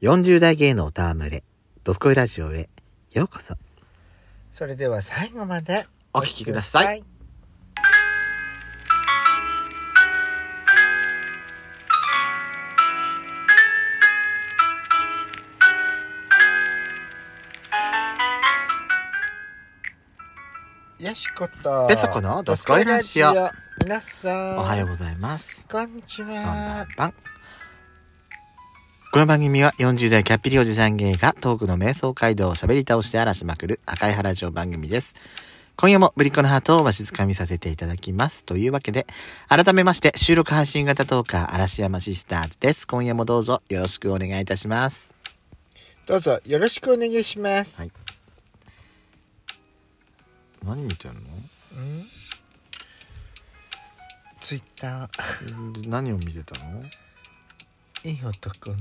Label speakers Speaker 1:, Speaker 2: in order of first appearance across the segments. Speaker 1: 40代芸能タームレ、ドスコイラジオへようこそ。
Speaker 2: それでは最後まで
Speaker 1: お聞きください。
Speaker 2: よしこと。
Speaker 1: ペソコのドスコイラジオ
Speaker 2: ドスコイラジオ皆さん。
Speaker 1: おはよう
Speaker 2: う。
Speaker 1: ございます。
Speaker 2: こんにち
Speaker 1: こんば
Speaker 2: は
Speaker 1: ん。ばん。この番組は40代キャッピリおじさん芸がトークの瞑想街道を喋り倒して荒らしまくる赤い原城番組です。今夜もぶりっ子のハートをわしづかみさせていただきます。というわけで、改めまして収録配信型トーカー嵐山シスターズです。今夜もどうぞよろしくお願いいたします。
Speaker 2: どうぞよろしくお願いします。
Speaker 1: はい何見てんの
Speaker 2: うんツイッタ
Speaker 1: 何を見てたの
Speaker 2: ー、いい男の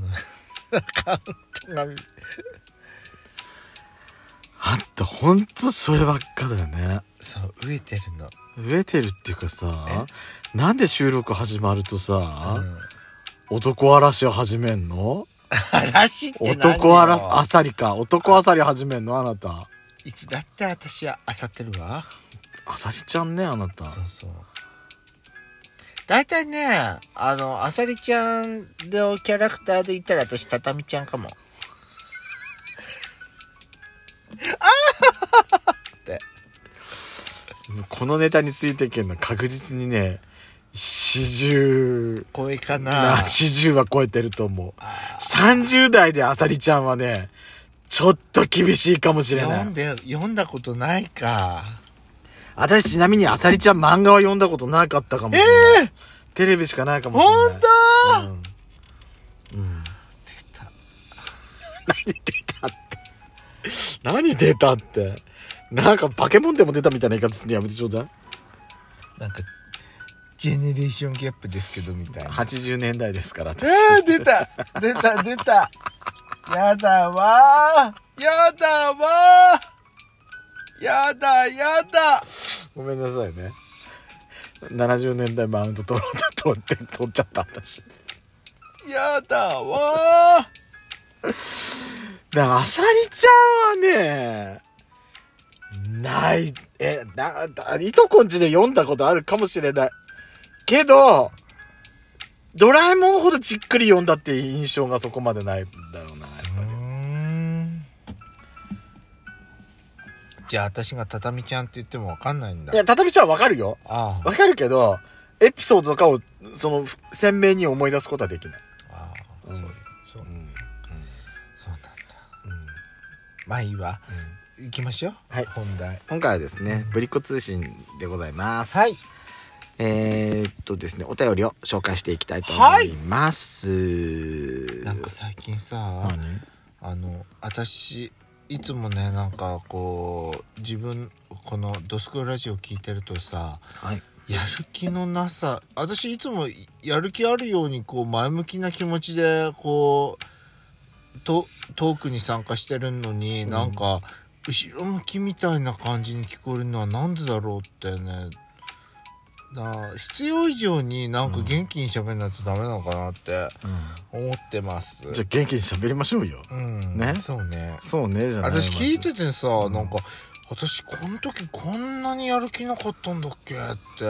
Speaker 2: アカウントが見
Speaker 1: あった、ほんとそればっかだよね。
Speaker 2: そう、飢えてるの。
Speaker 1: 飢えてるっていうかさなんで収録始まるとさ、
Speaker 2: うん
Speaker 1: 男嵐を始めんの
Speaker 2: 嵐って何よ
Speaker 1: 男あらあさりか男あさり始めんのあなた
Speaker 2: いつだって私はあさってるわ
Speaker 1: あさりちゃんねあなた
Speaker 2: そうそう大体ねあのあさりちゃんのキャラクターで言ったら私たたみちゃんかもあーって
Speaker 1: このネタについてけんの確実にね四十
Speaker 2: 声かな
Speaker 1: 四十は超えてると思う
Speaker 2: あ
Speaker 1: 30代であさりちゃんはねちょっと厳しいかもしれな
Speaker 2: 読ん
Speaker 1: い
Speaker 2: で読んだことないか
Speaker 1: 私ちなみにあさりちゃん漫画は読んだことなかったかもしれない、テレビしかないかもしれない
Speaker 2: 本当、
Speaker 1: うん、うん、 何出たって何出たってなんかバケモンでも出たみたいな言い方するのやめてちょうだい
Speaker 2: なんかジェネレーションギャップですけどみたいな
Speaker 1: 80年代ですから私
Speaker 2: えー、出た出た出たやだわーやだわーやだやだ
Speaker 1: ごめんなさいね70年代マウント取ろうと取って取っちゃった私
Speaker 2: やだわ
Speaker 1: だからあさりちゃんはねないえだだいとこんちで読んだことあるかもしれないけどドラえもんほどじっくり読んだっていう印象がそこまでないんだろうなやっ
Speaker 2: ー
Speaker 1: ぱ
Speaker 2: んじゃあ私が畳ちゃんって言ってもわかんないんだ
Speaker 1: りいやたたみちゃんわかるよ
Speaker 2: あ
Speaker 1: わかるけどエピソードとかをその鮮明に思い出すことはできない、
Speaker 2: あ
Speaker 1: うん
Speaker 2: そうそう
Speaker 1: うん
Speaker 2: そうなんだまあいいわ行きましょう
Speaker 1: はい
Speaker 2: 本題
Speaker 1: 今回はですねブリコ通信でございます
Speaker 2: はい
Speaker 1: えーっとですねお便りを紹介していきたいと思います、
Speaker 2: なんか最近さ
Speaker 1: 何
Speaker 2: あの私いつもねなんかこう自分この「ドスコイラジオ」聞いてるとさ
Speaker 1: はい
Speaker 2: やる気のなさ私いつもやる気あるようにこう前向きな気持ちでこうトトークに参加してるのに、なんか後ろ向きみたいな感じに聞こえるのはなんでだろうってねな必要以上になんか元気に喋んないとダメなのかなって思ってます。
Speaker 1: じゃあ元気に喋りましょうよ。
Speaker 2: うん、
Speaker 1: ね
Speaker 2: そうね
Speaker 1: そうね、じゃない
Speaker 2: 私聞い
Speaker 1: ま
Speaker 2: ててさ、
Speaker 1: うん
Speaker 2: なんか私この時こんなにやる気なかったんだっけって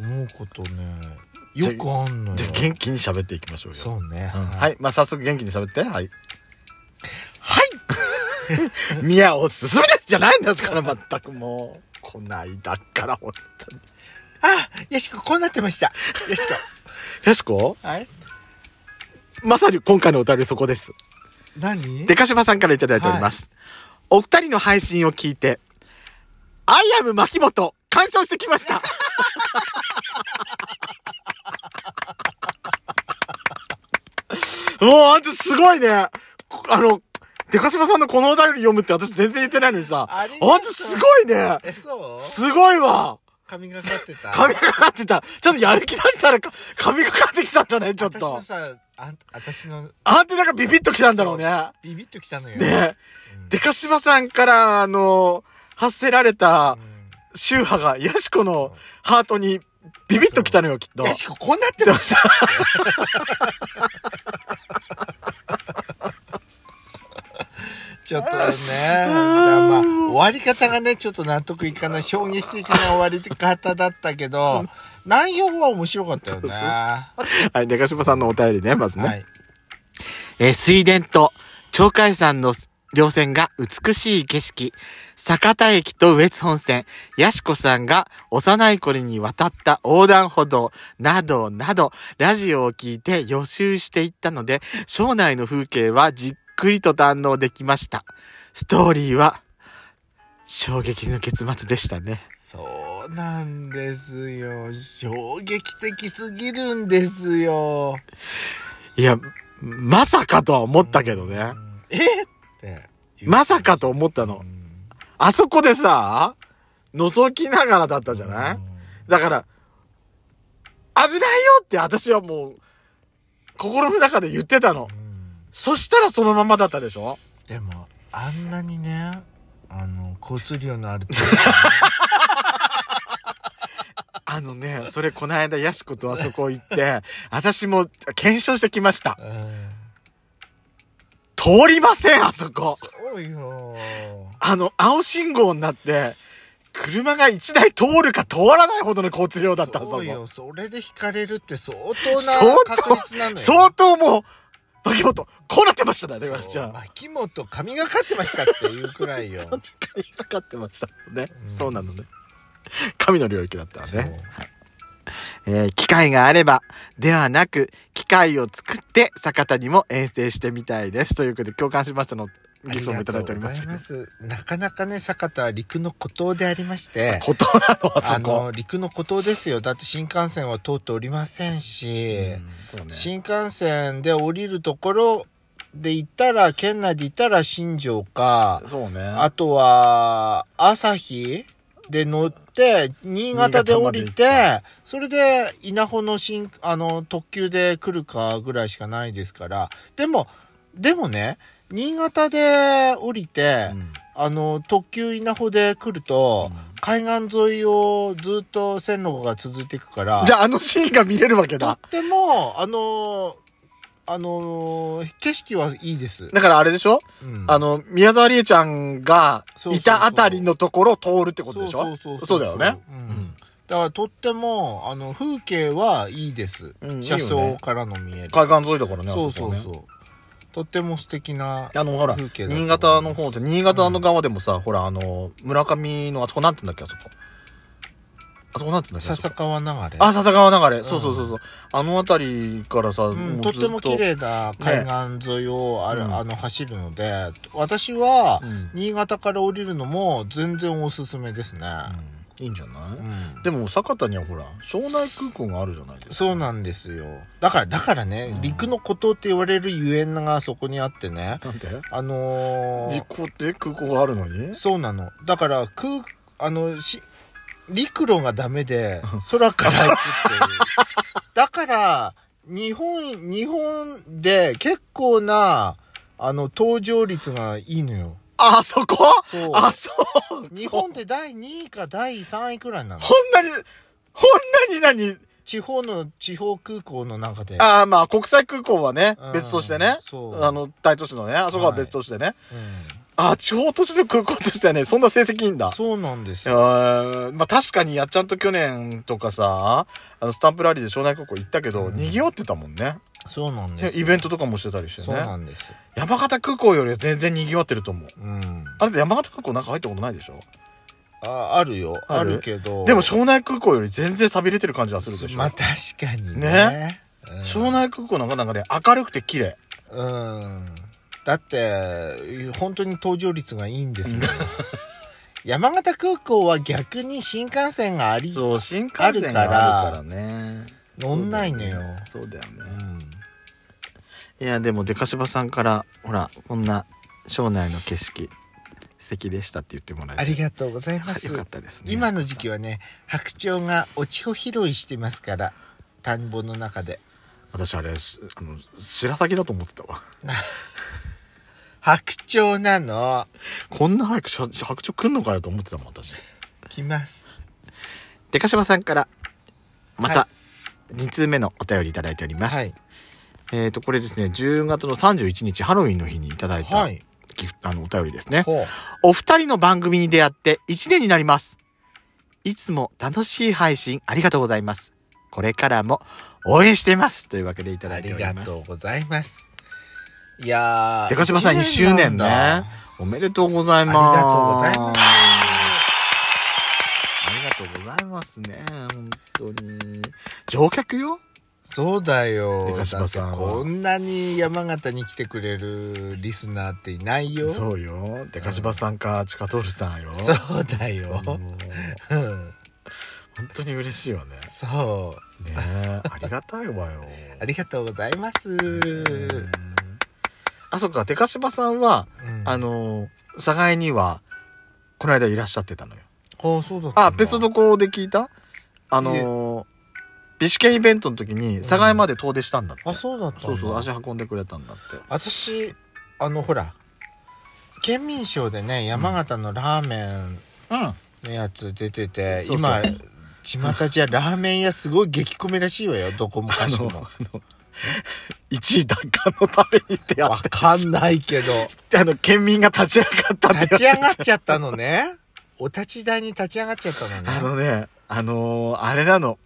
Speaker 1: ずうん
Speaker 2: 思うことねよくあんのよ
Speaker 1: じゃあ元気に喋っていきましょうよ。
Speaker 2: そうね、
Speaker 1: うん
Speaker 2: はい
Speaker 1: はい。まあ、早速元気に喋って。はい。はい 宮おすすめですじゃないんですから、全くもう。こないだから、ほんとに。
Speaker 2: あよしここうなってましたよ しこ
Speaker 1: よしこ
Speaker 2: はい
Speaker 1: まさに今回のお便りそこです。
Speaker 2: 何
Speaker 1: でかしばさんからいただいております。お二人の配信を聞いて、アイアム牧本、鑑賞してきま した。もうあんたすごいね。こあの、でかしばさんのこのお便り読むって私全然言ってないのにさ、あ
Speaker 2: あ
Speaker 1: ん
Speaker 2: りがとう
Speaker 1: たすごいね。
Speaker 2: えそう
Speaker 1: すごいわ。
Speaker 2: 髪がかってた
Speaker 1: 髪がかかってた。ちょっとやる気出したらか髪がかかってきたんじゃないちょっ
Speaker 2: 私
Speaker 1: と
Speaker 2: の。さあん私の
Speaker 1: あんたなんかビビッときたんだろうね。
Speaker 2: ビビッときたのよ、
Speaker 1: ね、でかしばさんから、あの、発せられた宗派が、ヤシコのハートにビビッときたのよ、きっと。
Speaker 2: よしここうなってましたちょっとね、だからまあ、終わり方がね、ちょっと納得いかない、衝撃的な終わり方だったけど、内容は面白かったよね。は
Speaker 1: はい、中島さんのお便りね、まずね。
Speaker 2: い。
Speaker 1: えー水田と鳥海山の稜線が美しい景色。酒田駅と羽越本線、ヤシコさんが幼い頃に渡った横断歩道などなど、ラジオを聞いて予習していったので、省内の風景はじっくりと堪能できました。ストーリーは、衝撃の結末でしたね。
Speaker 2: そうなんですよ。衝撃的すぎるんですよ。
Speaker 1: いや、まさかとは思ったけどね。
Speaker 2: えって。
Speaker 1: まさかと思ったの。あそこでさ、覗きながらだったじゃないだから、危ないよって私はもう、心の中で言ってたの。そしたらそのままだったでしょ
Speaker 2: でも、あんなにね、あの、交通量のあるとこ
Speaker 1: あのね、それこないだヤシコとあそこ行って、私も検証してきました。
Speaker 2: ろ。うん
Speaker 1: 通りません、あそこ。
Speaker 2: そうよ。
Speaker 1: あの、青信号になって、車が1台通るか通らないほどの交通量だったあそこ
Speaker 2: そうよ。それで引かれるって相当
Speaker 1: 相
Speaker 2: な
Speaker 1: 当
Speaker 2: 確率なのよ。
Speaker 1: 相当もう、牧本、こうなってましたね、だから
Speaker 2: そう
Speaker 1: じゃあ。
Speaker 2: 牧本神がかってましたっていうくら いよ。
Speaker 1: 神がかってましたもんね、そうなのね神の領域だったわね、えー機会があればではなく機会を作って坂田にも遠征してみたいですということで共感しましたのギフトもいただいております
Speaker 2: あがとうございますなかなかね、坂田は陸の孤島でありまして、
Speaker 1: ことなのあ
Speaker 2: あ
Speaker 1: そこ
Speaker 2: の、陸の孤島ですよ。だって新幹線は通っておりませんし、
Speaker 1: そうね
Speaker 2: 新幹線で降りるところで行ったら、県内で行ったら新庄か、
Speaker 1: そうね
Speaker 2: あとは、朝日で乗って、新潟で降りて
Speaker 1: 新潟ま、
Speaker 2: それで稲穂の新、あの、特急で来るかぐらいしかないですから、でも、でもね、新潟で降りて、
Speaker 1: うん
Speaker 2: あの、特急稲穂で来ると、海岸沿いをずっと線路が続いていくから、
Speaker 1: じゃああのシーンが見れるわけ
Speaker 2: と
Speaker 1: だ
Speaker 2: っても、あの、あの、景色はいいです。
Speaker 1: だからあれでしょ、
Speaker 2: うん
Speaker 1: あの宮沢りえちゃんが
Speaker 2: そうそうそ
Speaker 1: い
Speaker 2: う
Speaker 1: たあたりのところを通るってことでしょ
Speaker 2: そうそうそう
Speaker 1: そうだよね、
Speaker 2: うんだからとってもあの風景はいいです、
Speaker 1: うん
Speaker 2: 車
Speaker 1: いいよ
Speaker 2: 窓
Speaker 1: ね
Speaker 2: からの見える
Speaker 1: 海岸沿いだからねあ
Speaker 2: そ
Speaker 1: こ
Speaker 2: うそ
Speaker 1: ね
Speaker 2: うそうとっても素敵な
Speaker 1: あの、ほら、
Speaker 2: 風景だと
Speaker 1: 新潟
Speaker 2: 思いま
Speaker 1: の
Speaker 2: す
Speaker 1: 方で、新潟の側でもさ、ほら、あの、村上の、あそこなんて言うんだっけ、あそこ。あそこなんて言うんだっけ。
Speaker 2: 笹
Speaker 1: あそこ
Speaker 2: 川流れ
Speaker 1: あ、笹川流れ。そうそうそうそう。あの辺りからさ、
Speaker 2: うん、
Speaker 1: う
Speaker 2: と
Speaker 1: ず
Speaker 2: っ
Speaker 1: と
Speaker 2: ても綺。麗な海岸沿いをある、あの走るので私は
Speaker 1: うん
Speaker 2: 新潟から降りるのも全然おすすめですね、
Speaker 1: うんいいんじゃない、
Speaker 2: うん
Speaker 1: でも、酒田にはほら、庄内空港があるじゃないですか。
Speaker 2: そうなんですよだからだからね、陸の孤島って言われるゆえんがそこにあってね
Speaker 1: なんで
Speaker 2: あのー
Speaker 1: 実行って空港があるのに
Speaker 2: そうなの。だから、空、あの、し、陸路がダメで、空から行くっていう。 だから、日本、日本で結構な、あの、登場率がいいのよ。
Speaker 1: あそこ
Speaker 2: そう
Speaker 1: あ、そう
Speaker 2: 日本って第2位か第3位くらいなの
Speaker 1: ほ。んなに、ほんなに何
Speaker 2: 地方の、地方空港の中で。
Speaker 1: ああ、まあ、国際空港はね
Speaker 2: うん、
Speaker 1: 別としてね。
Speaker 2: そう
Speaker 1: あの、大都市のね、あそこは別としてね。
Speaker 2: うん
Speaker 1: あ、地方都市の空港としてはね、そんな成績いいんだ。
Speaker 2: そうなんです
Speaker 1: う
Speaker 2: よ。
Speaker 1: ーんまあ確かにやっちゃんと去年とかさ、あのスタンプラリーで庄内高校行ったけど、
Speaker 2: うん
Speaker 1: 賑わってたもんね。
Speaker 2: そうなん
Speaker 1: ね
Speaker 2: ですよ。
Speaker 1: イベントとかもしてたりして
Speaker 2: そうな
Speaker 1: ね。
Speaker 2: んです。
Speaker 1: 山形空港よりは全然賑わってると思う。
Speaker 2: うん。
Speaker 1: あれで山形空港なんか入ったことないでしょ
Speaker 2: あ、あるよ。
Speaker 1: あ
Speaker 2: あ
Speaker 1: る
Speaker 2: るけど。
Speaker 1: でも庄内空港より全然寂れてる感じはするでしょ、
Speaker 2: まあ、確かにね。
Speaker 1: ね
Speaker 2: うん
Speaker 1: 庄内空港なんかなんかね、明るくて綺麗。
Speaker 2: うんだって本当に搭乗率がいいんですもん 山形空港は逆に新幹線があり
Speaker 1: そう、新幹
Speaker 2: 幹
Speaker 1: 線
Speaker 2: 線
Speaker 1: があ
Speaker 2: があ
Speaker 1: るか
Speaker 2: るから
Speaker 1: ね。
Speaker 2: 乗んないのよ、
Speaker 1: そうだよね。
Speaker 2: うん
Speaker 1: いやでもデカシバさんからほらこんな庄内の景色素敵でしたって言ってもらえて
Speaker 2: ありがとうございます
Speaker 1: よかったですね
Speaker 2: 今の時期はね白鳥がおち穂拾いしてますから田んぼの中で
Speaker 1: 私あれしあの白鷺だと思ってた わ
Speaker 2: 白鳥なの
Speaker 1: こんな早くしゃ白鳥来んのかよと思ってたもん私
Speaker 2: 来ます
Speaker 1: デカシバさんからまた
Speaker 2: は
Speaker 1: 2通目のお便りいただいております、
Speaker 2: はい
Speaker 1: えっ、とこれですね10月の31日ハロウィンの日にいただいた
Speaker 2: はい
Speaker 1: ギフあの、お便りですね。
Speaker 2: ほう
Speaker 1: お二人の番組に出会って1年になります。いつも楽しい配信ありがとうございます。これからも応援していますというわけでいただ
Speaker 2: あ
Speaker 1: いて
Speaker 2: り
Speaker 1: おりま
Speaker 2: が
Speaker 1: す。
Speaker 2: とうございますいやー
Speaker 1: でかしばさん2
Speaker 2: 一
Speaker 1: 周
Speaker 2: なん
Speaker 1: 年ね
Speaker 2: だ。
Speaker 1: おめでとうござい
Speaker 2: あり
Speaker 1: ます。
Speaker 2: がとうございます。
Speaker 1: ありがとうございますね。本当に。乗客よ
Speaker 2: そうだよ。
Speaker 1: でかしばさんは
Speaker 2: だってこんなに山形に来てくれるリスナーっていないよ。そう
Speaker 1: そうよ。でかしばさんか、ちかとるさんよ。
Speaker 2: だよ。
Speaker 1: もう
Speaker 2: うん
Speaker 1: 本当に嬉しいわね。
Speaker 2: そう。
Speaker 1: ねえ、ありがたいわよ。
Speaker 2: ありがとうございます。
Speaker 1: うんあ、そっか、でかしばさんは、あ
Speaker 2: あの、
Speaker 1: の、佐賀江には、この間いらっしゃってたのよ。
Speaker 2: あ、そうだったんだ。
Speaker 1: あ、ペソドコで聞いたあの、ビシケンイベントの時に、佐賀江まで遠出したんだって。
Speaker 2: あ、そうだったんだ。
Speaker 1: そうそう、足運んでくれたんだって。
Speaker 2: 私、あの、ほら、県民賞でね、山形のラーメン
Speaker 1: うん。
Speaker 2: のやつ出てて、
Speaker 1: そうそう
Speaker 2: 今、巷じゃラーメン屋すごい激コメらしいわよ。どこもかしこも。
Speaker 1: 1位奪還のためにってや
Speaker 2: わ
Speaker 1: っ
Speaker 2: かんないけ ど。
Speaker 1: て、あの、県民が立ち上がったってやつ
Speaker 2: 立ち上がっちゃったのね。お立ち台に立ち上がっちゃったのね。
Speaker 1: あのね、あのーあれなの。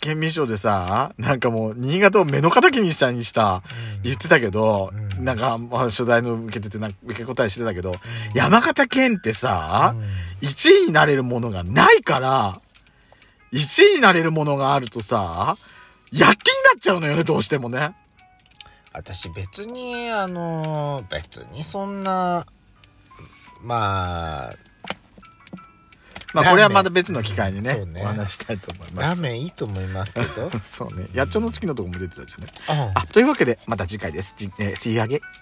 Speaker 1: 県民賞でさ、なんかもう、新潟を目の敵にしたにした、
Speaker 2: うん
Speaker 1: 言ってたけど、
Speaker 2: うん
Speaker 1: なんか、まあ、取材の受けてて、なんか受け答えしてたけど、山形県ってさ、
Speaker 2: うん
Speaker 1: 1位になれるものがないから、1位になれるものがあるとさ、躍起になっちゃうのよね、どうしてもね。
Speaker 2: 私別に、あの、別にそんな、まあ、
Speaker 1: ま
Speaker 2: ラ
Speaker 1: あ、
Speaker 2: ーメン
Speaker 1: これはまた別の機会にね
Speaker 2: そう、ね
Speaker 1: お話したいと思いま
Speaker 2: ラー
Speaker 1: す。
Speaker 2: メンいいと思います けど。
Speaker 1: そうね。やっちょの好きなとこも出てたじゃんね。
Speaker 2: あ
Speaker 1: あ、というわけで、また次回です。じえー、吸い上げ。